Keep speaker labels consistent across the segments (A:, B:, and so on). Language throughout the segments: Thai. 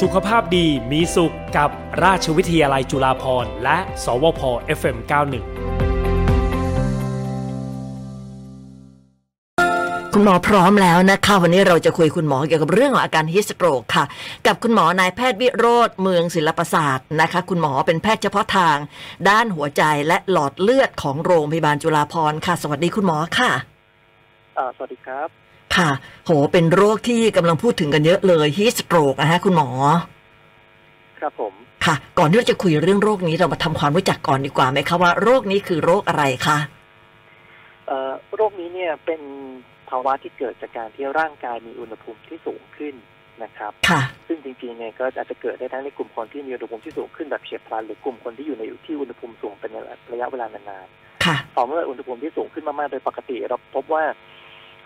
A: สุขภาพดีมีสุขกับราชวิทยาลัยจุฬาภรณ์และ สวพ FM91
B: คุณหมอพร้อมแล้วนะคะ วันนี้เราจะคุยคุณหมอเกี่ยวกับเรื่องของอาการฮิสโตรกค่ะ กับคุณหมอนายแพทย์วิโรธเมืองศิลปศาสตร์นะคะ คุณหมอเป็นแพทย์เฉพาะทาง ด้านหัวใจและหลอดเลือดของโรงพยาบาลจุฬาภรณ์ค่ะ สวัสดีคุณหมอค่ะ
C: อ่าสวัสดีครับ
B: ค่ะ โหเป็นโรคที่กำลังพูดถึงกันเยอะเลยฮิสโตรกนะฮะคุณหมอ
C: ครับผม
B: ค่ะ ก่อนที่เราจะคุยเรื่องโรคนี้เรามาทำความรู้จักก่อนดีกว่าไหมคะว่าโรคนี้คือโรคอะไรคะ
C: เอ่อโรคนี้เนี่ยเป็นภาวะที่เกิดจากการที่ร่างกายมีอุณหภูมิที่สูงขึ้นนะครับ
B: ค่ะ
C: ซึ่งจริงๆเนี่ยก็อาจจะเกิดได้ทั้งในกลุ่มคนที่มีอุณหภูมิที่สูงขึ้นแบบเฉียบพลันหรือกลุ่มคนที่อยู่ในที่อุณหภูมิสูงเป็นระยะเวลานาน
B: ค่ะ
C: ๆต่อเมื่ออุณหภูมิที่สูงขึ้นมากๆโดยปกติ เราพบว่า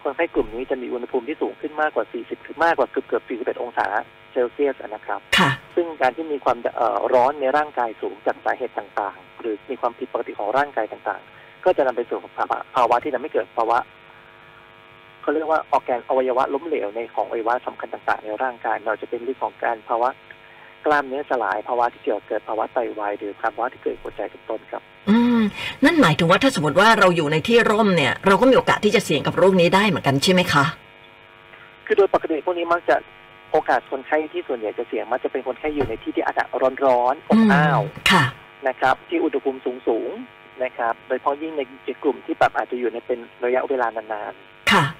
C: คนไข้กลุ่มนี้จะมีอุณหภูมิที่สูงขึ้นมากกว่า 40ถึงมากกว่าเกือบเกือบ41 องศาเซลเซียสอะนะครับ
B: ค่ะ
C: ซึ่งการที่มีความเอ่อร้อนในร่างกายสูงจากสาเหตุต่างๆ หรือมีความผิดปกติของร่างกายต่างๆ ก็จะนำไปสู่ภาวะภาวะที่ทำให้เกิดภาวะเขาเรียกว่าออกแกนอวัยวะล้มเหลวในของอวัยวะสำคัญต่างๆ ในร่างกายไม่ว่าจะเป็นเรื่องของการภาวะกล้ามเนื้อสลาย ภาวะที่เกิดเกิดภาวะไตวายหรือภาวะที่เกิดหัวใจเป็นต้นครับ
B: อืมนั่นหมายถึงว่าถ้าสมมติว่าเราอยู่ในที่ร่มเนี่ย เราก็มีโอกาสที่จะเสี่ยงกับโรคนี้ได้เหมือนกันใช่ไหมคะ
C: คือโดยปกติพวกนี้มักจะโอกาสคนไข้ที่ส่วนใหญ่จะเสี่ยงมักจะเป็นคนไข้อยู่ในที่ที่อากาศร้อนๆอบอ้าว
B: มค่ะ
C: นะครับที่อุณหภูมิสูงสูงๆนะครับ โดยเฉพาะยิ่งในกลุ่มที่แบบอาจจะอยู่ในเป็นระยะเวลานาน
B: ค่ะ
C: ๆ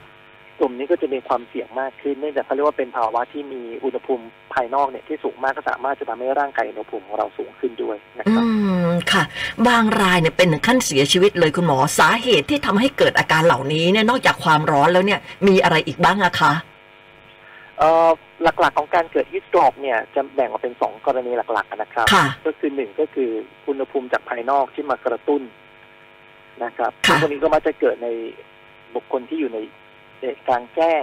C: กลุ่มนี้ก็จะมีความเสี่ยงมากขึ้นเนื่องจากเขาเรียกว่าเป็นภาวะที่มีอุณหภูมิภายนอกเนี่ยที่สูงมากก็สามารถจะทำให้ร่างกายอุณหภูมิของเราสูงขึ้นด้วยนะ
B: อื
C: ครับ
B: ม ค่ะ บางรายเนี่ยเป็นถึงขั้นเสียชีวิตเลยคุณหมอ สาเหตุที่ทำให้เกิดอาการเหล่านี้เนี่ย นอกจากความร้อนแล้วเนี่ย มีอะไรอีกบ้างอะคะ
C: เอ่อหลักๆของการเกิดฮิสโตรกเนี่ยจะแบ่งออกเป็น 2 กรณีหลักๆนะครับ
B: ค่ะ
C: ก็คือหนึ่งก็คืออุณหภูมิจากภายนอกที่มากระตุ้นนะครับ
B: ค่ะ
C: พวกนี้ก็มักจะเกิดในบุคคลที่อยู่ในกลางแจ้ง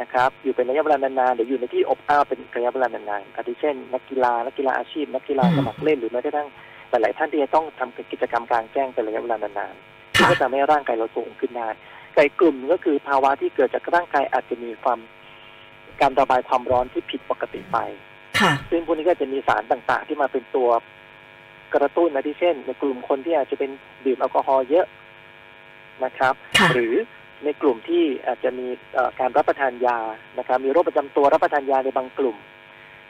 C: นะครับ อยู่เป็นระยะเวลานานๆหรืออยู่ในที่อบอ้าวเป็นระยะเวลานานๆอาทิเช่น นักกีฬานักกีฬาอาชีพ นักกีฬาสมัครเล่นหรือแม้กระทั่งหลายๆท่านที่จะต้องทำกิจกรรมกลางแจ้งเป็นระยะเวลานานๆซึ่ง
B: ค่ะ
C: ก็จะทำให้ร่างกายเราสูงขึ้นได้แต่อีกกลุ่มก็คือภาวะที่เกิดจากร่างกายอาจจะมีความการระบายความร้อนที่ผิดปกติไป
B: ค่ะ
C: ซึ่งพวกนี้ก็จะมีสารต่างๆ ที่มาเป็นตัวกระตุ้นนะที่เช่น ในกลุ่มคนที่อาจจะเป็นดื่มแอลกอฮอล์เยอะนะครับ
B: ค่ะ
C: หรือในกลุ่มที่อาจจะมีเอ่อการรับประทานยานะครับ มีโรคประจำตัวรับประทานยาในบางกลุ่ม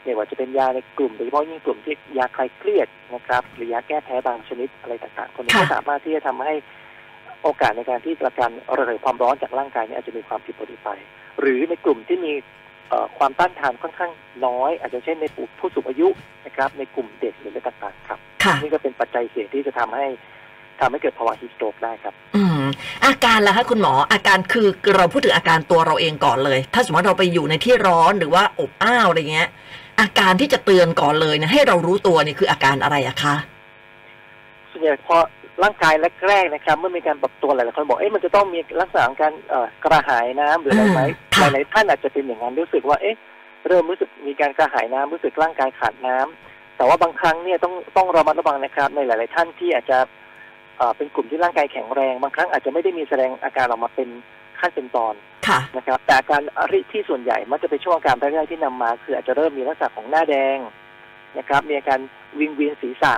C: ไม่ว่าจะเป็นยาในกลุ่มโดยเฉพาะยิ่งกลุ่มที่ยาคลายเครียดนะครับ หรือยาแก้แพ้บางชนิดอะไรต่างๆคนนี้ก็
B: ค่ะ
C: สามารถที่จะทำให้โอกาสในการที่ประกันระเหยความร้อนจากร่างกายเนี่ยอาจจะมีความผิดปกติไป หรือในกลุ่มที่มีเอ่อความต้านทานค่อนข้างน้อย อาจจะเช่นในผู้ผู้สูงอายุนะครับ ในกลุ่มเด็กหรืออะไรต่างๆครับ
B: ค่ะ
C: นี่ก็เป็นปัจจัยเสี่ยงที่จะทำให้ทำให้เกิดภาวะฮิสโตรกได้ครับ
B: อืม อาการล่ะคะคุณหมอ อาการคือเราพูดถึงอาการตัวเราเองก่อนเลย ถ้าสมมติเราไปอยู่ในที่ร้อนหรือว่าอบอ้าวอะไรเงี้ย อาการที่จะเตือนก่อนเลยเนี่ยให้เรารู้ตัวเนี่ยคืออาการอะไรอะคะ
C: ส่วนใหญ่พอร่างกายแรกๆนะครับ เมื่อมีการปรับตัวหลายๆคนบอกเอ๊ะมันจะต้องมีลักษณะของการเอ่อกระหายน้ำหรืออะไรไหม
B: อืม
C: ห
B: ค่ะ
C: ลายๆท่านอาจจะเป็นอย่างนั้นรู้สึกว่าเอ๊ะเริ่มรู้สึกมีการกระหายน้ำรู้สึกร่างกายขาดน้ำแต่ว่าบางครั้งเนี่ยต้องต้องระมัดระวังนะครับ ในหลาย ๆ ท่านที่อาจจะเอ่อเป็นกลุ่มที่ร่างกายแข็งแรง บางครั้งอาจจะไม่ได้มีแสดงอาการออกมาเป็นขั้นเป็นตอน
B: ค่ะ
C: นะครับแต่อาการอริที่ส่วนใหญ่มักจะเป็นช่วงอาการแรกๆที่นำมา คืออาจจะเริ่มมีลักษณะของหน้าแดงนะครับ มีอาการวิงเวียนศีรษะ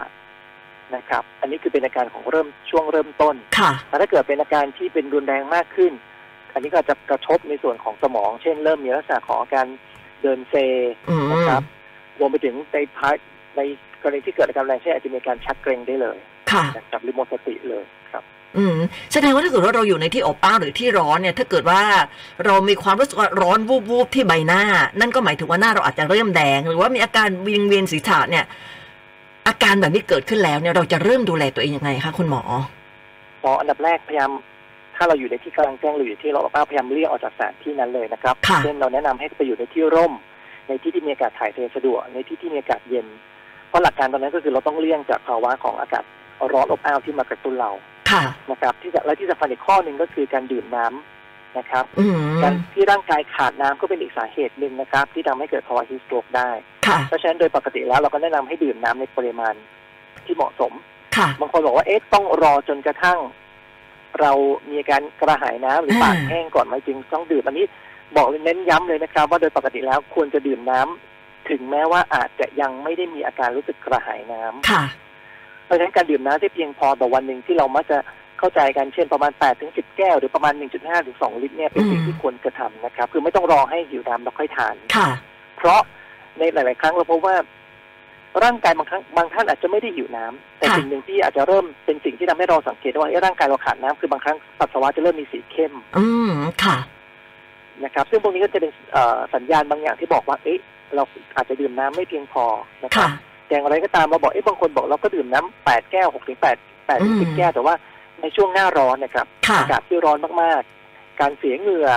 C: นะครับ อันนี้คือเป็นอาการของเริ่มช่วงเริ่มต้น
B: ค่ะ
C: แต่ถ้าเกิดเป็นอาการที่เป็นรุนแรงมากขึ้น อันนี้ก็จะกระทบในส่วนของสมอง เช่น เริ่มมีลักษณะของอาการเดินเซ
B: อืม
C: นะครับรวมไปถึงในพาร์ทในกรณีที่เกิดอาการแรงเช่นอาจจะมีการชักเกร็งได้เลย
B: ค่ะ
C: นะครับหรือหมดสติเลยครับ
B: อืม แสดงว่าถ้าเกิดว่าเราอยู่ในที่อบอ้าวหรือที่ร้อนเนี่ย ถ้าเกิดว่าเรามีความรู้สึกว่าร้อนวูบวูบๆที่ใบหน้า นั่นก็หมายถึงว่าหน้าเราอาจจะเริ่มแดง หรือว่ามีอาการวิงเวียนศีรษะเนี่ย อาการแบบนี้เกิดขึ้นแล้วเนี่ย เราจะเริ่มดูแลตัวเองยังไงคะคุณหมอ
C: พออันดับแรกพยายามถ้าเราอยู่ในที่กลางแจ้งหรืออยู่ที่เราบ้าพยายามเลี่ยงออกจากสถานที่นั้นเลยนะครับ
B: ค่ะ
C: เช่นเราแนะนำให้ไปอยู่ในที่ร่ม ในที่ที่มีอากาศถ่ายเทสะดวกในที่ที่มีอากาศเย็นเพราะหลักการตอนนั้นก็คือเราต้องเลี่ยงจากภาวะของอากาศร้อนอบอ้าวที่มากระตุ้นเรา
B: ค่ะ
C: นะครับ ที่จะและที่สำคัญอีกข้อหนึ่งก็คือการดื่มน้ำนะครับ
B: อื
C: การ
B: ม
C: ที่ร่างกายขาดน้ำก็เป็นอีกสาเหตุหนึ่งนะครับ ที่ทำให้เกิดภาวะฮิสโตรกได้
B: ค่ะ
C: เพราะฉะนั้นโดยปกติแล้วเราก็แนะนำให้ดื่มน้ำในปริมาณที่เหมาะสม
B: ค่ะ
C: บางคนบอกว่าเอ๊ะต้องรอจนกระทั่ง เรามีอาการกระหายน้ำหรือ
B: อ่า
C: ปากแห้งก่อนไหมจึงต้องดื่มอันนี้บอกเน้นย้ำเลยนะครับ ว่าโดยปกติแล้วควรจะดื่มน้ำ ถึงแม้ว่าอาจจะยังไม่ได้มีอาการรู้สึกกระหายน้ำ
B: ค่ะ
C: เพราะฉะนั้นการดื่มน้ำที่เพียงพอต่อวันหนึ่งที่เรามักจะเข้าใจกันเช่นประมาณ8ถึง10 แก้ว หรือประมาณ 1.5ถึง2ลิตรเนี่ยเป็นสิ่ง
B: อืม
C: ที่ควรกระทำนะครับ คือไม่ต้องรอให้หิวน้ำแล้วค่อยทาน
B: ค่ะ
C: เพราะในหลาย ๆ ครั้งเราพบว่า ร่างกายบางครั้งบางท่านอาจจะไม่ได้หิวน้ำแต่
B: ค่ะ
C: สิ่งหนึ่งที่อาจจะเริ่มเป็นสิ่งที่ทำให้เราสังเกตได้ว่าเอ๊ะร่างกายเราขาดน้ำคือบางครั้งปัสสาวะจะเริ่มมีสีเข้ม
B: อืมค่ะ
C: นะครับ ซึ่งพวกนี้ก็จะเป็นเอ่อสัญญาณบางอย่างที่บอกว่า เอ๊ะเราอาจจะดื่มน้ำไม่เพียงพอนะครั
B: ค่ะ
C: บแต่อย่างไรก็ตามเราบอกเอ๊ะบางคนบอกเราก็ดื่มน้ำแปดแก้วหกถึงแปดแปดถึงสิบ
B: อืม
C: แก้วแต่ว่าในช่วงหน้าร้อนนะครับ
B: ค่ะ
C: อากาศที่ร้อนมาก ๆ การเสียเหงื่อ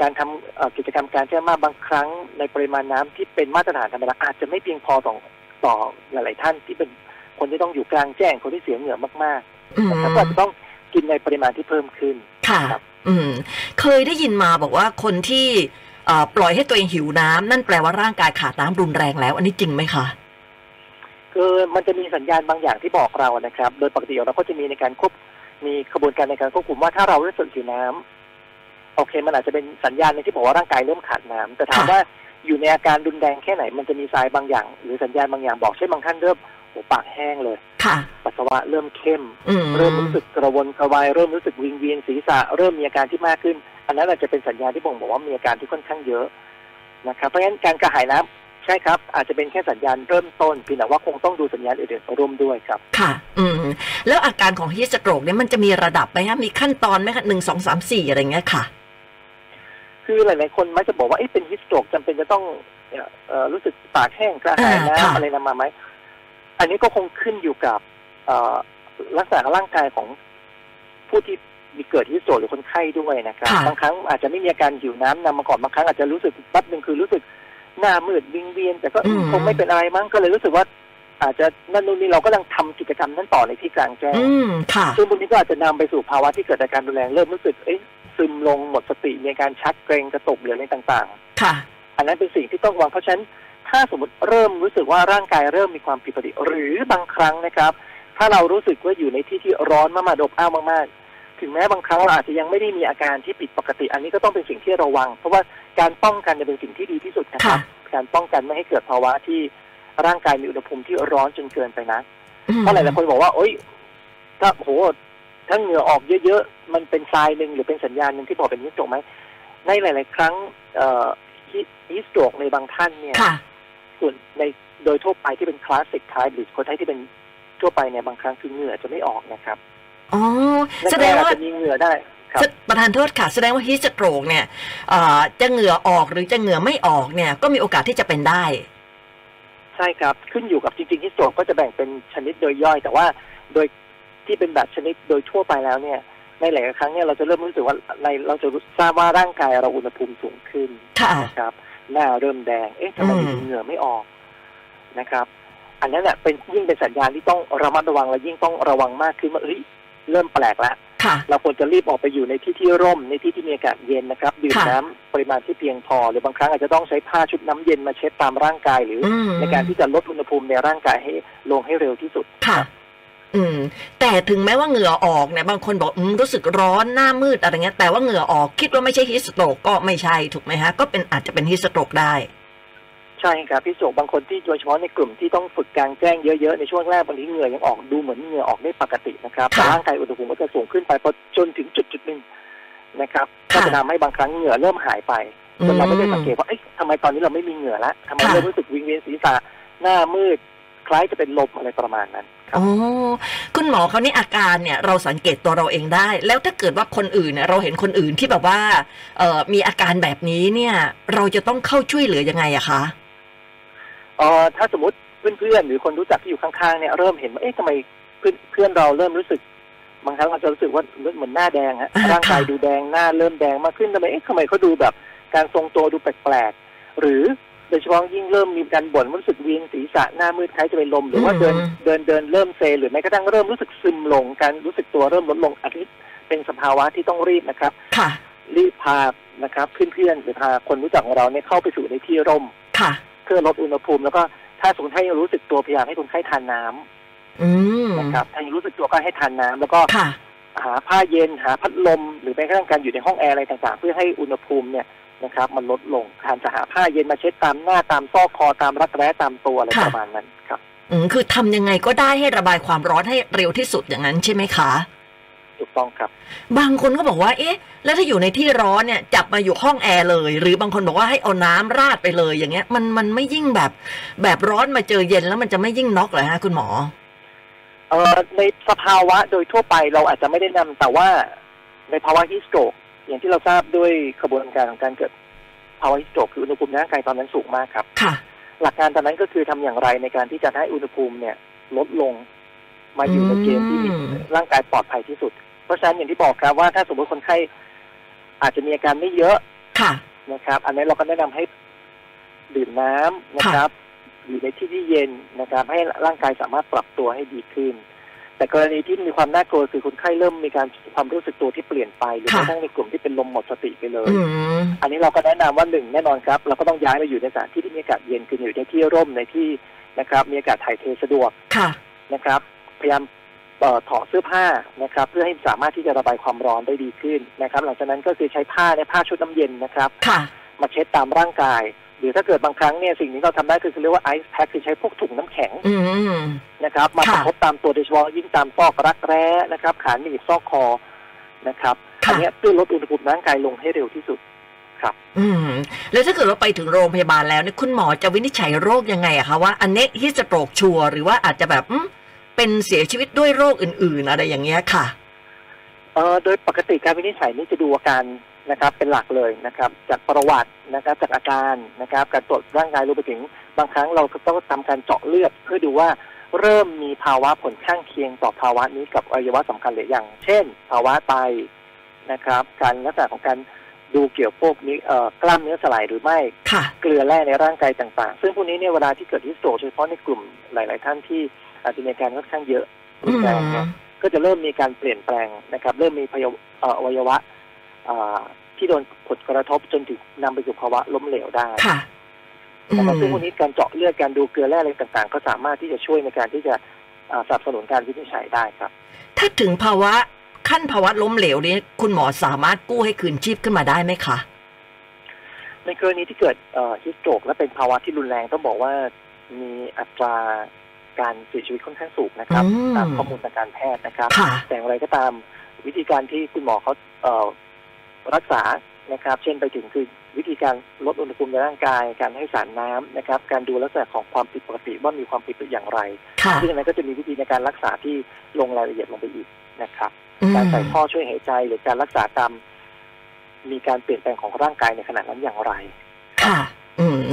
C: การทำเอ่อกิจกรรมการแช่มากบางครั้งในปริมาณน้ำที่เป็นมาตรฐานธรรมดาอาจจะไม่เพียงพอต่อต่อหลาย ๆ ท่านที่เป็นคนที่ต้องอยู่กลางแจ้งคนที่เสียเหงื่อมาก
B: อื
C: ๆ
B: ม
C: นะครับก็อาจจะต้องกินในปริมาณที่เพิ่มขึ้น
B: ค่ะ
C: ครับ
B: อืม เคยได้ยินมาบอกว่าคนที่เอ่อปล่อยให้ตัวเองหิวน้ำนั่นแปลว่าร่างกายขาดน้ำรุนแรงแล้ว อันนี้จริงไหมคะ
C: คือมันจะมีสัญญาณบางอย่างที่บอกเรานะครับ โดยปกติเราก็จะมีในการควบมีกระบวนการในการควบคุมว่าถ้าเรารู้สึกหิวน้ำโอเค มันอาจจะเป็นสัญญาณหนึงที่บอกว่าร่างกายเริ่มขาดน้ำแต่ถาม
B: ค่ะ
C: ว่าอยู่ในอาการรุนแรงแค่ไหน มันจะมีสายบางอย่าง หรือสัญญาณบางอย่างบอกเช่นบางท่านเริ่มโอ้ปากแห้งเลย
B: ค่ะ
C: ปัสสาวะเริ่มเข้ม
B: อืม
C: เริ่มรู้สึกกระวนกระวายเริ่มรู้สึกวิงเวียนศีรษะเริ่มมีอาการที่มากขึ้น อันนั้นอาจจะเป็นสัญญาณที่บ่งบอกว่ามีอาการที่ค่อนข้างเยอะนะครับเพราะฉะนั้นการกระหายน้ำใช่ครับ อาจจะเป็นแค่สัญญาณเริ่มต้นเพียงแต่ว่าคงต้องดูสัญญาณอื่นๆร่วมด้วยครับ
B: ค่ะ อืม แล้วอาการของฮีสโตรกเนี่ยมันจะมีระดับไหมฮะมีขั้นตอนไหมคะหนึ่งสองสามสี่อะไรเงี้ยค่ะ
C: คือหลายๆคนมักจะบอกว่าเอ๊ะเป็นฮิสโตรกจำเป็นจะต้องเอ่อเอ่อรู้สึกปากแห้งกระหาย
B: อ่าค่ะ
C: น้ำอะไรนำมาไหมอันนี้ก็คงขึ้นอยู่กับเอ่อลักษณะร่างกายของผู้ที่มีเกิดฮิสโตรกหรือคนไข้ด้วยนะครับ
B: ค่ะ
C: บางครั้งอาจจะไม่มีอาการหิวน้ำนำมาก่อนบางครั้งอาจจะรู้สึกแปั๊บหนึ่งคือรู้สึกหน้ามืดวิงเวียน แต่ก็
B: อืม
C: คงไม่เป็นอะไรมั้งก็เลยรู้สึกว่า อาจจะนั่นนู่นนี่เราก็กำลังทำกิจกรรมนั้นต่อในที่กลางแจ้ง
B: อืม ค่ะ
C: ซึ่งพวกนี้ก็อาจจะนำไปสู่ภาวะที่เกิดอาการรุนแรงเริ่มรู้สึกเอ๊ะซึมลงหมดสติมีอาการชักเกรงกระตุกหรืออะไรต่าง
B: ค่ะ
C: ๆ อันนั้นเป็นสิ่งที่ต้องระวังเพราะฉะนั้น ถ้าสมมติเริ่มรู้สึกว่าร่างกายเริ่มมีความผิดปกติ หรือบางครั้งนะครับ ถ้าเรารู้สึกว่าอยู่ในที่ที่ร้อนมากๆอบอ้าวมากๆ ถึงแม้บางครั้งเราอาจจะยังไม่ได้มีอาการที่ผิดปกติ อันนี้ก็ต้องเป็นสิ่งที่ระวัง เพราะว่าการป้องกันเนี่ยเป็นสิ่งที่ดีที่สุดนะค
B: ค่ะ
C: รับการป้องกันไม่ให้เกิดภาวะที่ร่างกายมีอุณหภูมิที่ร้อนจนเกินไปนะ
B: อืม
C: เพราะหลายๆคนบอกว่า โอ๊ย ถ้าโหถ้าเหงื่อออกเยอะๆ มันเป็นทรายหนึ่งหรือเป็นสัญญาณหนึ่งที่บอกเป็นฮิสโตรกไหม ในหลาย ๆ ครั้งเอ่อฮิสโตรกในบางท่านเนี่ย
B: ค่ะ
C: ส่วนในโดยทั่วไปที่เป็นคลาสสิกไทป์หรือคนไทยที่เป็นทั่วไปเนี่ยบางครั้งคือเหงื่อจะไม่ออกนะครับ
B: อ๋อ แสดง
C: รกๆ
B: ว่า
C: อจจะมีเหงื่อได้ครับ
B: ประธานโทษค่ะ แสดงว่าฮีสโตรกเนี่ยเอ่อจะเหงื่อออกหรือจะเหงื่อไม่ออกเนี่ย ก็มีโอกาสที่จะเป็นได้
C: ใช่ครับ ขึ้นอยู่กับจริงๆฮิสโตรกก็จะแบ่งเป็นชนิดโดยย่อย แต่ว่าโดยที่เป็นแบบชนิดโดยทั่วไปแล้วเนี่ย ในหลายๆครั้งเนี่ยเราจะเริ่มรู้สึกว่าในเราจะรู้ทราบว่าร่างกายเราอุณหภูมิสูงขึ้น
B: ค่ะ
C: นะครับหน้าเริ่มแดง เอ๊ะทำไม
B: อืม
C: ถึงเหงื่อไม่ออกนะครับ อันนั้นแหละเป็นยิ่งเป็นสัญญาณที่ต้องระมัดระวังและยิ่งต้องระวังมากขึ้นว่าเอ้ยเริ่มแปลกแล้ว
B: ค่ะ
C: เราควรจะรีบออกไปอยู่ในที่ที่ร่มในที่ที่มีอากาศเย็นนะครับดื่ม
B: ค่ะ
C: น้ำปริมาณที่เพียงพอ หรือบางครั้งอาจจะต้องใช้ผ้าชุบน้ำเย็นมาเช็ดตามร่างกายหรืออ
B: อืม
C: ในการที่จะลดอุณหภูมิในร่างกายให้ลงให้เร็วที่สุด
B: ค่ะ อืม แต่ถึงแม้ว่าเหงื่อออกเนี่ย บางคนบอกอืมรู้สึกร้อนหน้ามืดอะไรเงี้ย แต่ว่าเหงื่อออกคิดว่าไม่ใช่ฮีสโตรกก็ไม่ใช่ถูกไหมฮะ ก็เป็นอาจจะเป็นฮีสโตรกได้
C: ใช่ครับพี่โสบางคนที่โดยเฉพาะในกลุ่มที่ต้องฝึกกลางแจ้งเยอะๆ ในช่วงแรกบางทีเหงื่อยังออกดูเหมือนเหงื่อออกได้ปกตินะครับ
B: ค่ะ
C: แต่ร่างกายอุณหภูมิก็จะสูงขึ้นไปพอจนถึงจุดจุดๆหนึ่งนะครับ
B: ค่ะ
C: ก็จะทำให้บางครั้งเหงื่อเริ่มหายไป
B: อื
C: จ
B: ม
C: นเราไม่ได้สังเกตว่าเอ๊ะทำไมตอนนี้เราไม่มีเหงื่อละทำไม
B: ค่ะ
C: เริ่มรู้สึกวิงเวียนศีรษะหน้ามืด คล้ายจะเป็นลมอะไรประมาณนั้นครับ
B: อ๋อคุณหมอเขานี่อาการเนี่ย เราสังเกตตัวเราเองได้ แล้วถ้าเกิดว่าคนอื่นเนี่ยเราเห็นคนอื่นที่แบบว่าเอ่อมีอาการแบบนี้เนี่ย เราจะต้องเข้าช่วยเหลือยังไงอะคะ
C: เอ่อถ้าสมมติเพื่อนๆหรือคนรู้จักที่อยู่ข้างๆเนี่ยเริ่มเห็นว่าเอ๊ะทำไมเพื่อนเพื่อนเราเริ่มรู้สึก บางครั้งเราจะรู้สึกว่าเหมือนหน้าแดงฮ ะ
B: อ่า
C: ร่างกาย
B: ค่ะ
C: ดูแดงหน้าเริ่มแดงมากขึ้นทำไมเอ๊ะทำไมเขาดูแบบการทรงตัวดูแปลกๆหรือโดยเฉพาะยิ่งเริ่มมีการบ่นว่ารู้สึกเวียนศีรษะหน้ามืดคล้ายจะเป็นลมหรือว่าเดินเดินเดินเริ่มเซหรือแม้กระทั่งเริ่มรู้สึกซึมลง การรู้สึกตัวเริ่มลดลงอันนี้เป็นสภาวะที่ต้องรีบนะครับ
B: ค่ะ
C: รีบพานะครับเพื่อนๆหรือพาคนรู้จักของเราเนี่ยเข้าไปสู่ในที่ร่ม
B: ค่ะ
C: เพื่อลดอุณหภูมิ แล้วก็ถ้าสมมติให้รู้สึกตัวพยายามให้คนไข้ทานน้
B: อืม
C: ำนะครับถ้ายังรู้สึกตัวก็ให้ทานน้ำแล้วก็
B: ค่ะ
C: หาผ้าเย็นหาพัดลม หรือแม้กระทั่งการอยู่ในห้องแอร์อะไรต่างๆ เพื่อให้อุณหภูมิเนี่ย นะครับ มันลดลงการจะหาผ้าเย็นมาเช็ดตามหน้าตามซอกคอตามรักแร้ตามตัวอะไร
B: ค่ะ
C: ประมาณนั้นครับ
B: อืมคือทำยังไงก็ได้ให้ระบายความร้อนให้เร็วที่สุดอย่างนั้นใช่ไหมคะ
C: ถูกต้องครับ
B: บางคนก็บอกว่า เอ๊ะ แล้วถ้าอยู่ในที่ร้อนเนี่ย จับมาอยู่ห้องแอร์เลย หรือบางคนบอกว่าให้เอาน้ำราดไปเลยอย่างเงี้ย มันมันไม่ยิ่งแบบ แบบร้อนมาเจอเย็นแล้วมันจะไม่ยิ่งน็อกเหรอฮะคุณหมอ
C: เอ่อในสภาวะโดยทั่วไปเราอาจจะไม่ได้นำแต่ว่าในภาวะฮิสโตรกอย่างที่เราทราบด้วยกระบวนการของการเกิดภาวะฮิสโตรกคืออุณหภูมิในร่างกายตอนนั้นสูงมากครับ
B: ค่ะ
C: หลักการตอนนั้นก็คือทำอย่างไรในการที่จะให้อุณหภูมิเนี่ยลดลงมาอยู่ในเกณฑ์ที่
B: อืม
C: ร่างกายปลอดภัยที่สุด เพราะฉะนั้นอย่างที่บอกครับว่าถ้าสมมติคนไข้อาจจะมีอาการไม่เยอะ
B: ค่ะ
C: นะครับ อันนี้เราก็แนะนำให้ดื่มน้ำนะครับ อยู่ในที่ที่เย็นนะครับ ให้ร่างกายสามารถปรับตัวให้ดีขึ้น แต่กรณีที่มีความน่ากลัวคือคนไข้เริ่มมีการความรู้สึกตัวที่เปลี่ยนไป หรือ
B: ค่ะ
C: แม้กระทั่งในกลุ่มที่เป็นลมหมดสติไปเลย
B: อืม
C: อันนี้เราก็แนะนำว่าหนึ่งแน่นอนครับ เราก็ต้องย้ายมาอยู่ในสถานที่ที่มีอากาศเย็นคืออยู่ในที่ร่มในที่นะครับ มีอากาศถ่ายเทสะดวก
B: ค่ะ
C: นะครับ พยายามเอ่อถอดเสื้อผ้านะครับ เพื่อให้สามารถที่จะระบายความร้อนได้ดีขึ้นนะครับ หลังจากนั้นก็คือใช้ผ้าในยผ้าชุดน้ำเย็นนะครับ
B: ค่ะ
C: มาเช็ดตามร่างกาย หรือถ้าเกิดบางครั้งเนี่ยสิ่งที่เราทำได้คือเรียกว่าไอซ์แพ็คคือใช้พวกถุงน้ำแข็ง
B: อืม
C: นะครับ มาประ
B: ค่ะ
C: คบตามตัวโดยเฉพาะยิ่งตามซอกรักแร้นะครับ ขาหนีบซอกคอนะครับอั
B: ค่ะ
C: เนี้ยเพื่อลดอุณหภูมิร่างกายลงให้เร็วที่สุด
B: อืม แล้วถ้าเกิดว่าไปถึงโรงพยาบาลแล้วเนี่ยคุณหมอจะวินิจฉัยโรคยังไงอะคะว่าอันเนี้ฮิสโตรกชัวร์หรือว่าอาจจะแบบอืมเป็นเสียชีวิตด้วยโรคอื่น ๆ อะไรอย่างเงี้ยค่ะ
C: เอ่อโดยปกติการวินิจฉัยนี่จะดูอาการนะครับเป็นหลักเลยนะครับ จากประวัตินะครับจากอาการนะครับ การตรวจร่างกายรวมไปถึงบางครั้งเราก็ต้องทำการเจาะเลือด เพื่อดูว่าเริ่มมีภาวะผลข้างเคียงต่อภาวะนี้กับอวัยวะสำคัญหรือยังเช่น ภาวะไตนะครับ การลักษณะของการดูเกี่ยวพวกนี้เอ่อกล้ามเนื้อสลายหรือไม่
B: ค่ะ
C: เกลือแร่ในร่างกายต่างๆ ซึ่งพวกนี้เนี่ยเวลาที่เกิดฮิสโตรกโดยเฉพาะในกลุ่มหลาย ๆ ท่านที่อาจจะมีอาการค่อนข้างเยอะ
B: อื
C: รุนแรงเนี่ย
B: ม
C: ก็จะเริ่มมีการเปลี่ยนแปลงนะครับ เริ่มมีพยาเอ่ออวัยวะเอ่อที่โดนผลกระทบจนถึงนำไปสู่ภาวะล้มเหลวได้
B: ค่ะ อื
C: นะครับซึ่ง
B: ม
C: พวกนี้การเจาะเลือดการดูเกลือแร่อะไรต่างๆ ก็สามารถที่จะช่วยในการที่จะเอ่อสนับสนุนการวินิจฉัยได้ครับ
B: ถ้าถึงภาวะขั้นภาวะล้มเหลวนี้คุณหมอสามารถกู้ให้คืนชีพขึ้นมาได้ไหมคะ
C: ในกรณีที่เกิดฮิสโตรกและเป็นภาวะที่รุนแรงต้องบอกว่ามีอัตราการเสียชีวิตค่อนข้างสูงนะครับ
B: อืม
C: ตามข้อมูลทางการแพทย์นะครับ
B: ค่ะ
C: แต่อย่างไรก็ตามวิธีการที่คุณหมอเขาเอ่อรักษานะครับ เช่นไปถึงคือวิธีการลดอุณหภูมิในร่างกาย การให้สารน้ำนะครับ การดูลักษณะของความผิดปกติว่ามีความผิดอย่างไร
B: ค่ะ
C: ซึ่งอันนั้นก็จะมีวิธีในการรักษาที่ลงรายละเอียดลงไปอีกนะครับ
B: อืม
C: การใส่ท่อช่วยหายใจหรือการรักษาตามมีการเปลี่ยนแปลงของร่างกายในขณะนั้นอย่างไร
B: ค่ะ อืม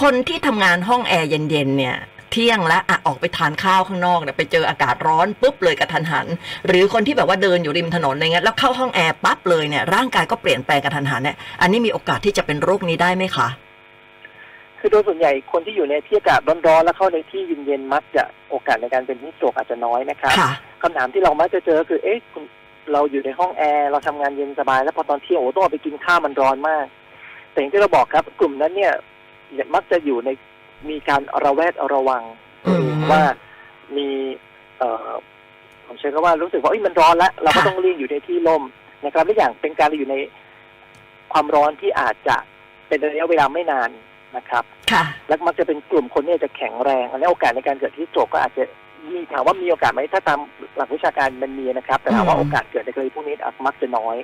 B: คนที่ทำงานห้องแอร์เย็นๆเนี่ย เที่ยงแล้วอะออกไปทานข้าวข้างนอกเนี่ยไปเจออากาศร้อนปุ๊บเลยกระทันหัน หรือคนที่แบบว่าเดินอยู่ริมถนนอะไรเงี้ยแล้วเข้าห้องแอร์ปั๊บเลยเนี่ยร่างกายก็เปลี่ยนแปลงกระทันหันเนี่ยอันนี้มีโอกาสที่จะเป็นโรคนี้ได้ไหมคะ
C: คือโดยส่วนใหญ่คนที่อยู่ในที่อากาศร้อนๆแล้วเข้าในที่เย็นๆมักจะโอกาสในการเป็นฮิสโตรกอาจจะน้อยนะครับ
B: ค่ะ
C: คำถามที่เรามักจะเจอคือ เอ๊ะคุณเราอยู่ในห้องแอร์เราทำงานเย็นสบาย แล้วพอตอนเที่ยวโอ้ต้องออกไปกินข้าวมันร้อนมาก แต่อย่างที่เราบอกครับกลุ่มนั้นเนี่ยมักจะอยู่ในมีการระแวดระวังตัวเอง
B: อืม
C: ว่ามีเอ่อผมใช้คำว่ารู้สึกว่าเอ้ยมันร้อนแล้วเราก็
B: ค่ะ
C: ต้องเลี่ยงอยู่ในที่ร่มนะครับและอย่างเป็นการอยู่ในความร้อนที่อาจจะเป็นระยะเวลาไม่นานนะครับ
B: ค่ะ
C: และมักจะเป็นกลุ่มคนเนี่ยจะแข็งแรงอันนี้โอกาสในการเกิดที่โจกก็อาจจะมีถามว่ามีโอกาสไหมถ้าตามหลักวิชาการมันมีนะครับ แต่ถามว่า
B: อืม
C: โอกาสเกิดในกรณีพวกนี้อาจมักจะน้อย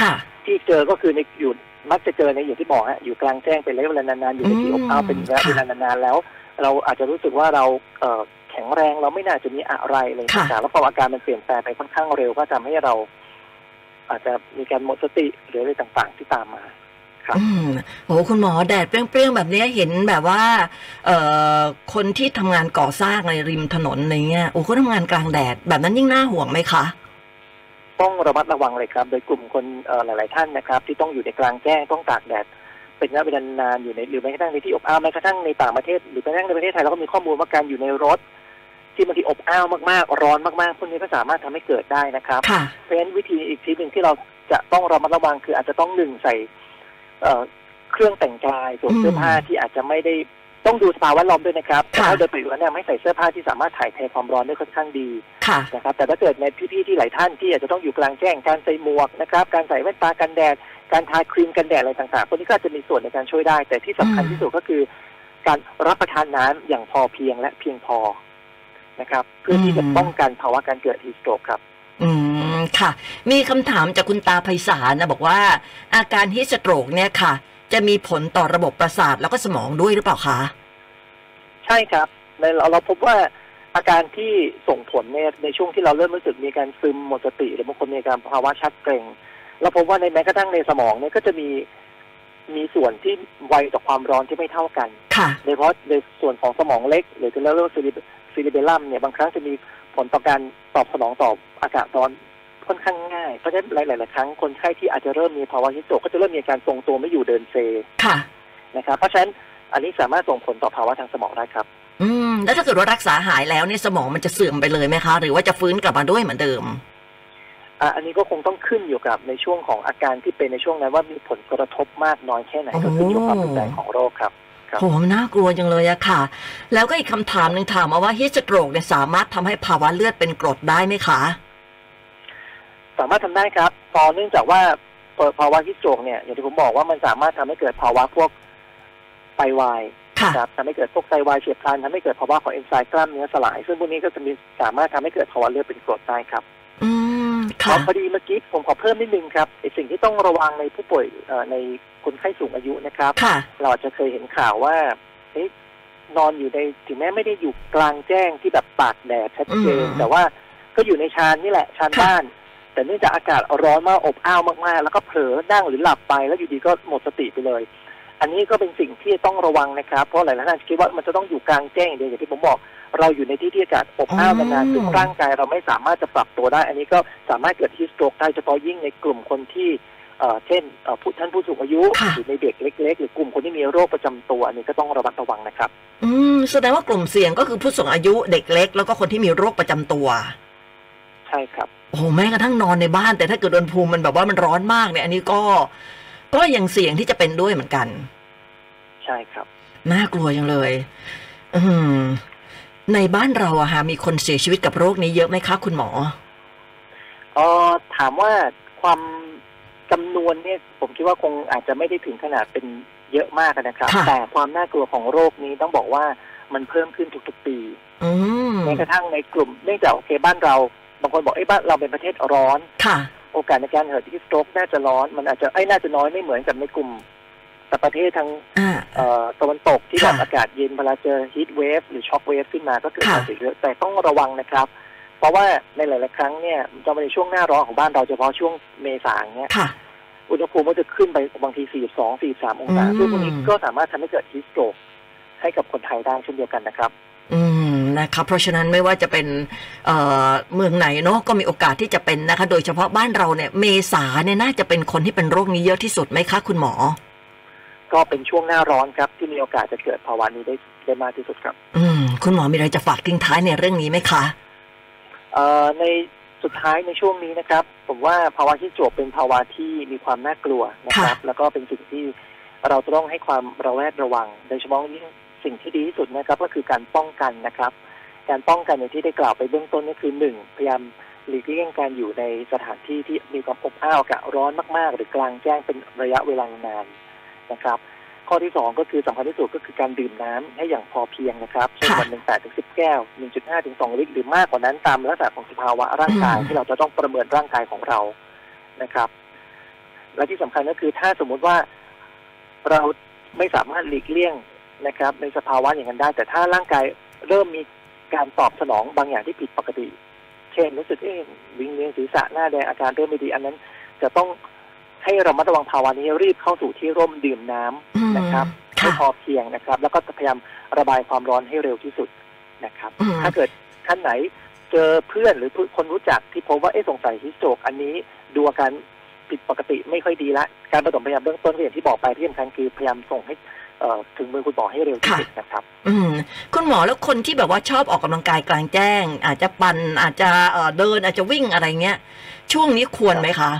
B: ค่ะ
C: ที่เจอก็คือในอยู่มักจะเจอในอย่างที่บอกฮะอยู่กลางแจ้งเป็นระยะเวลานานๆอยู่ในที่
B: อื
C: อ
B: ม
C: บอ้าวเป็นระยะ
B: ค่ะ
C: เวลานานๆแล้ว เราอาจจะรู้สึกว่าเราเอ่อแข็งแรงเราไม่น่าจะมีอะไรอะไร
B: ค่ะ
C: ต่างๆแล้วพออาการมันเปลี่ยนแปลงไปค่อนข้างเร็วก็ทำให้เรา อาจจะมีการหมดสติหรืออะไรต่างๆ ที่ตามมา ครับ
B: อืมโหคุณหมอแดดเปรี้ยงๆ แบบเนี้ยเห็นแบบว่า เอ่อคนที่ทำงานก่อสร้างในริมถนนอะไรเงี้ยโอ้เขาทำงานกลางแดดแบบนั้นยิ่งน่าห่วงไหมคะ
C: ต้องระมัดระวังเลยครับ โดยกลุ่มคนเอ่อหลาย ๆ ท่านนะครับ ที่ต้องอยู่ในกลางแจ้งต้องตากแดดเป็นระยะเวลานานอยู่ในหรือแม้กระทั่งในที่อบอ้าวแม้กระทั่งในต่างประเทศหรือแม้กระทั่งในประเทศไทยเราก็มีข้อมูลว่าการอยู่ในรถ ที่บางทีอบอ้าวมากๆ ร้อนมากๆพวกนี้ก็สามารถทำให้เกิดได้นะครับ
B: ค่ะ
C: เพราะฉะนั้นวิธีอีกทีหนึ่งที่เราจะต้องระมัดระวังคืออาจจะต้องหนึ่งใส่เอ่อเครื่องแต่งกายสวมเสื้อผ้าที่อาจจะไม่ได้ต้องดูสภาวะล้อมด้วยนะครับ
B: ค่ะ
C: ถ้าโดยปกติแล้วเนี่ยไม่ใส่เสื้อผ้าที่สามารถถ่ายเทความร้อนได้ค่อนข้างดี
B: ค่ะ
C: นะครับแต่ถ้าเกิดในพี่ๆที่หลายท่านที่อาจจะต้องอยู่กลางแจ้งการใส่หมวกนะครับ การใส่แว่นตากันแดด การทาครีมกันแดดอะไรต่างๆพวกนี้ก็อาจจะมีส่วนในการช่วยได้ แต่ที่สำคัญ
B: อืม
C: ที่สุดก็คือ การรับประทานน้ำอย่างพอเพียงและเพียงพอนะครับ เพื่อที่จะป้องกันภาวะการเกิดฮีสโตรกครับ
B: อืมค่ะ มีคำถามจากคุณตาไพศาลนะบอกว่า อาการฮิสโตรกเนี่ยค่ะ จะมีผลต่อระบบประสาทแล้วก็สมองด้วยหรือเปล่าคะ
C: ใช่ครับในเราเราพบว่าอาการที่ส่งผลในในช่วงที่เราเริ่มรู้สึกมีการซึมหมดสติหรือบางคนมีอาการภาวะชักเกร็งเราพบว่าในแม้กระทั่งในสมองเนี่ยก็จะมีมีส่วนที่ไวต่อความร้อนที่ไม่เท่ากัน
B: ค่ะ
C: โดยเฉพาะในส่วนของสมองเล็ก หรือที่เราเรียกว่าซีริเบลัมเนี่ยบางครั้งจะมีผลต่อการตอบสนองต่ออากาศร้อนค่อนข้างง่าย เพราะฉะนั้นหลาย ๆ ครั้งคนไข้ที่อาจจะเริ่มมีภาวะฮิสโตรกก็จะเริ่มมีอาการทรงตัวไม่อยู่เดินเซ
B: ค่ะ
C: นะครับเพราะฉะนั้นอันนี้สามารถส่งผลต่อภาวะทางสมองได้ครับ
B: อืม แล้วถ้าเกิดว่ารักษาหายแล้วเนี่ยสมองมันจะเสื่อมไปเลยไหมคะ หรือว่าจะฟื้นกลับมาด้วยเหมือนเดิม
C: อ่ะอันนี้ก็คงต้องขึ้นอยู่กับในช่วงของอาการที่เป็นในช่วงนั้นว่ามีผลกระทบมากน้อยแค่ไหน
B: โอ้
C: ก็ขึ้นอยู่กับความรุนแรงของโรคครับ ครับ
B: โหน่ากลัวจังเลยอะค่ะ แล้วก็อีกคำถามหนึ่งถามมาว่าฮิสโตรกเนี่ยสามารถทำให้ภาวะเลือดเป็นกรดได้ไหมคะ
C: สามารถทำได้ครับพอเนื่องจากว่าเอ่อภาวะฮิสโตรกเนี่ยอย่างที่ผมบอกว่ามันสามารถทำให้เกิดภาวะพวกไตวาย
B: ค่ะ
C: ครับทำให้เกิดพวกไตวายเฉียบพลันทำให้เกิดภาวะของเอนไซม์กล้ามเนื้อสลาย ซึ่งพวกนี้ก็จะมีสามารถทำให้เกิดภาวะเลือดเป็นกรดได้ครับ
B: อืม
C: ค
B: ค่ะ
C: รับพอดีเมื่อกี้ผมขอเพิ่มนิดนึงครับไอ้สิ่งที่ต้องระวังในผู้ป่วยเอ่อในคนไข้สูงอายุนะครับ
B: ค่ะ
C: เราอาจจะเคยเห็นข่าวว่าเอ๊ะนอนอยู่ในถึงแม้ไม่ได้อยู่กลางแจ้งที่แบบตากแดดชัดเจน
B: อืม
C: แต่ว่าก็อยู่ในชานนี่แหละชาน
B: ค่ะ
C: บ้าน แต่เนื่องจากอากาศร้อนมากอบอ้าวมากๆ แล้วก็เผลอนั่งหรือหลับไปแล้วอยู่ดีก็หมดสติไปเลย อันนี้ก็เป็นสิ่งที่ต้องระวังนะครับ เพราะหลายๆท่านคิดว่ามันจะต้องอยู่กลางแจ้งอย่างเดียวอย่างที่ผมบอก เราอยู่ในที่ที่อากาศอบอ้าวนานๆซึ่งร่างกายเราไม่สามารถจะปรับตัวได้ อันนี้ก็สามารถเกิดฮีสโตรกได้เฉพาะยิ่งในกลุ่มคนที่ เอ่อเช่นเอ่อผู้ท่านผู้สูงอายุ
B: ค่ะ
C: หรือในเด็กเล็ก ๆ หรือกลุ่มคนที่มีโรคประจำตัวอันนี้ก็ต้องระมัดระวังนะครับ
B: อืม แสดงว่ากลุ่มเสี่ยงก็คือผู้สูงอายุเด็กเล็ก แล้วก็คนที่มีโรคประจำตัว
C: ใช่ครับ
B: โอ้โหแม้กระทั่งนอนในบ้าน แต่ถ้าเกิดอุณหภูมิมันแบบว่ามันร้อนมากเนี่ย อันนี้ก็ ก็ยังเสี่ยงที่จะเป็นด้วยเหมือนกัน
C: ใช่ครับ
B: น่ากลัวจังเลย อืม ในบ้านเราอะฮะมีคนเสียชีวิตกับโรคนี้เยอะไหมคะคุณหมอ
C: เอ่อถามว่าความจำนวนเนี่ยผมคิดว่าคงอาจจะไม่ได้ถึงขนาดเป็นเยอะมากนะครับ
B: ค่ะ
C: แต่ความน่ากลัวของโรคนี้ต้องบอกว่ามันเพิ่มขึ้นทุกๆปี
B: อืม
C: แม้กระทั่งในกลุ่มเนื่องจากโอเคบ้านเรา บางคนบอกเอ้ยบ้านเราเป็นประเทศร้อน
B: ค่ะ
C: โอกาสในการเกิดที่สโตรกน่าจะร้อน มันอาจจะไอ้ยน่าจะน้อยไม่เหมือนกับในกลุ่มแต่ประเทศทาง
B: อ่า
C: เอ่อตะวันตกที่แบ
B: ค่ะ
C: บอากาศเย็นเวลาเจอฮีทเวฟหรือช็อคเวฟขึ้นมาก็เกิด
B: ค่ะ
C: การติดเชื้อแต่ต้องระวังนะครับ เพราะว่าในหลาย ๆ ครั้งเนี่ยจะมาในช่วงหน้าร้อนของบ้านเราเฉพาะช่วงเมษาอย่างเงี้ย
B: ค่ะ
C: อุณหภูมิก็จะขึ้นไปบางที 42 43 องศา
B: อืม
C: ซึ่งพวกนี้ก็สามารถทำให้เกิดฮีสโตรกให้กับคนไทยได้เช่นเดียวกันนะครับ
B: อืมนะครับเพราะฉะนั้นไม่ว่าจะเป็นเอ่อเมืองไหนเนาะก็มีโอกาสที่จะเป็นนะคะ โดยเฉพาะบ้านเราเนี่ยเมษาเนี่ยน่าจะเป็นคนที่เป็นโรคนี้เยอะที่สุดไหมคะคุณหมอ
C: ก็เป็นช่วงหน้าร้อนครับที่มีโอกาสจะเกิดภาวะนี้ได้ได้มากที่สุดครับ
B: อืม คุณหมอมีอะไรจะฝากทิ้งท้ายในเรื่องนี้ไหมคะ
C: เอ่อในสุดท้ายในช่วงนี้นะครับ ผมว่าภาวะที่จวบเป็นภาวะที่มีความน่ากลัวนะครับ แล้วก็เป็นสิ่งที่เราจะต้องให้ความระแวดระวัง โดยเฉพาะยิ่งสิ่งที่ดีที่สุดนะครับ ก็คือการป้องกันนะครับ การป้องกันอย่างที่ได้กล่าวไปเบื้องต้นก็คือหนึ่งพยายามหลีกเลี่ยงการอยู่ในสถานที่ที่มีความอบอ้าวอากาศร้อนมากๆ หรือกลางแจ้งเป็นระยะเวลานานนะครับ ข้อที่สองก็คือสำคัญที่สุดก็คือการดื่มน้ำให้อย่างพอเพียงนะครับเช่น
B: ค่ะ
C: วันหนึ่งแปดถึงสิบแก้วหนึ่งจุดห้าถึงสองลิตรหรือมากกว่านั้นตามลักษณะของสภาวะร่างกาย
B: อืม
C: ที่เราจะต้องประเมินร่างกายของเรานะครับ และที่สำคัญก็คือถ้าสมมุติว่าเราไม่สามารถหลีกเลี่ยงนะครับ ในสภาวะอย่างนั้นได้ แต่ถ้าร่างกายเริ่มมีการตอบสนองบางอย่างที่ผิดปกติ เช่นรู้สึกเอ๊ะวิงเวียนศีรษะหน้าแดงอาการเริ่มไม่ดีอันนั้น จะต้องให้เรามาระวังภาวะนี้รีบเข้าสู่ที่ร่มดื่มน้ำ
B: อืม
C: นะครับ ให้
B: ค่ะ
C: พอเพียงนะครับ แล้วก็พยายามระบายความร้อนให้เร็วที่สุดนะครับ
B: อืม
C: ถ้าเกิดท่านไหนเจอเพื่อนหรือคนรู้จักที่พบว่าเอ๊ะสงสัยฮิสโตรกอันนี้ดูอาการผิดปกติไม่ค่อยดีละการปฐมพยาบาลเบื้องต้นก็อย่างที่บอกไปที่สำคัญคือพยายามส่งให้เอ่อถึงมือคุณหมอให้เร็วที่สุดนะครับ
B: อืม คุณหมอแล้วคนที่แบบว่าชอบออกกำลังกายกลางแจ้ง อาจจะปั่นอาจจะเอ่อเดินอาจจะวิ่งอะไรเงี้ย ช่วงนี้ควรไหมคะ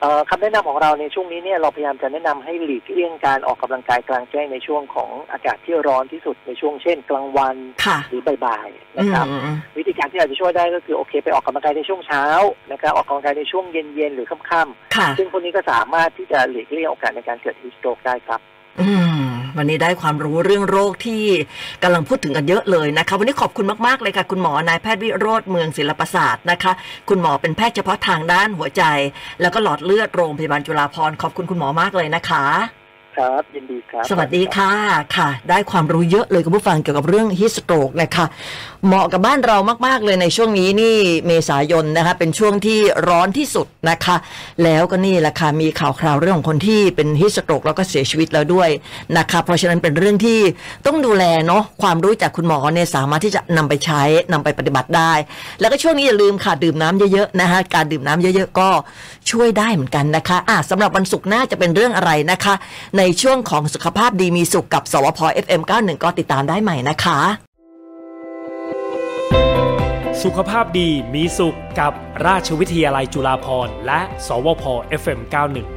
C: เอ เอ่อคำแนะนำของเราในช่วงนี้เนี่ยเราพยายามจะแนะนำให้หลีกเลี่ยงการออกกำลังกายกลางแจ้งในช่วงของอากาศที่ร้อนที่สุดในช่วงเช่น กลางวัน
B: ค่ะ
C: หรือบ่ายๆ
B: อื
C: นะ
B: ม
C: ครับ
B: อืมอืม
C: วิธีการที่อาจจะช่วยได้ก็คือโอเคไปออกกำลังกายในช่วงเช้านะครับออกกำลังกายในช่วงเย็นๆหรือค่ำ
B: ค่ะ
C: ๆซึ่งพวกนี้ก็สามารถที่จะหลีกเลี่ยงโอกาสในการเกิดฮีสโตรกได้ครับ
B: อืมวันนี้ได้ความรู้เรื่องโรคที่กำลังพูดถึงกันเยอะเลยนะคะ วันนี้ขอบคุณมากๆเลยค่ะ คุณหมอนายแพทย์วิโรธเมืองศิลปศาสตร์นะคะ คุณหมอเป็นแพทย์เฉพาะทางด้านหัวใจ แล้วก็หลอดเลือดโรงพยาบาลจุฬาภรณ์ขอบคุณคุณหมอมากเลยนะคะ
C: ครับยินดีครับ
B: สวัสดีค่ะค่ะ ได้ความรู้เยอะเลยคุณผู้ฟังเกี่ยวกับเรื่องฮิสโตรกนะคะ เหมาะกับบ้านเรามากๆเลยในช่วงนี้นี่เมษายนนะคะ เป็นช่วงที่ร้อนที่สุดนะคะ แล้วก็นี่แหละค่ะมีข่าวคราวเรื่องของคนที่เป็นฮิสโตรกแล้วก็เสียชีวิตแล้วด้วยนะคะ เพราะฉะนั้นเป็นเรื่องที่ต้องดูแลเนาะความรู้จากคุณหมอเนี่ยสามารถที่จะนำไปใช้นำไปปฏิบัติได้ แล้วก็ช่วงนี้อย่าลืมค่ะดื่มน้ำเยอะๆนะคะการดื่มน้ำเยอะๆก็ช่วยได้เหมือนกันนะคะอ่ะสำหรับวันศุกร์หน้าจะเป็นเรื่องอะไรนะคะ ในช่วงของสุขภาพดีมีสุขกับสวพ FM 91 ก็ติดตามได้ใหม่นะคะ
A: สุขภาพดีมีสุขกับราชวิทยาลัยจุฬาภรณ์และ สวพ FM91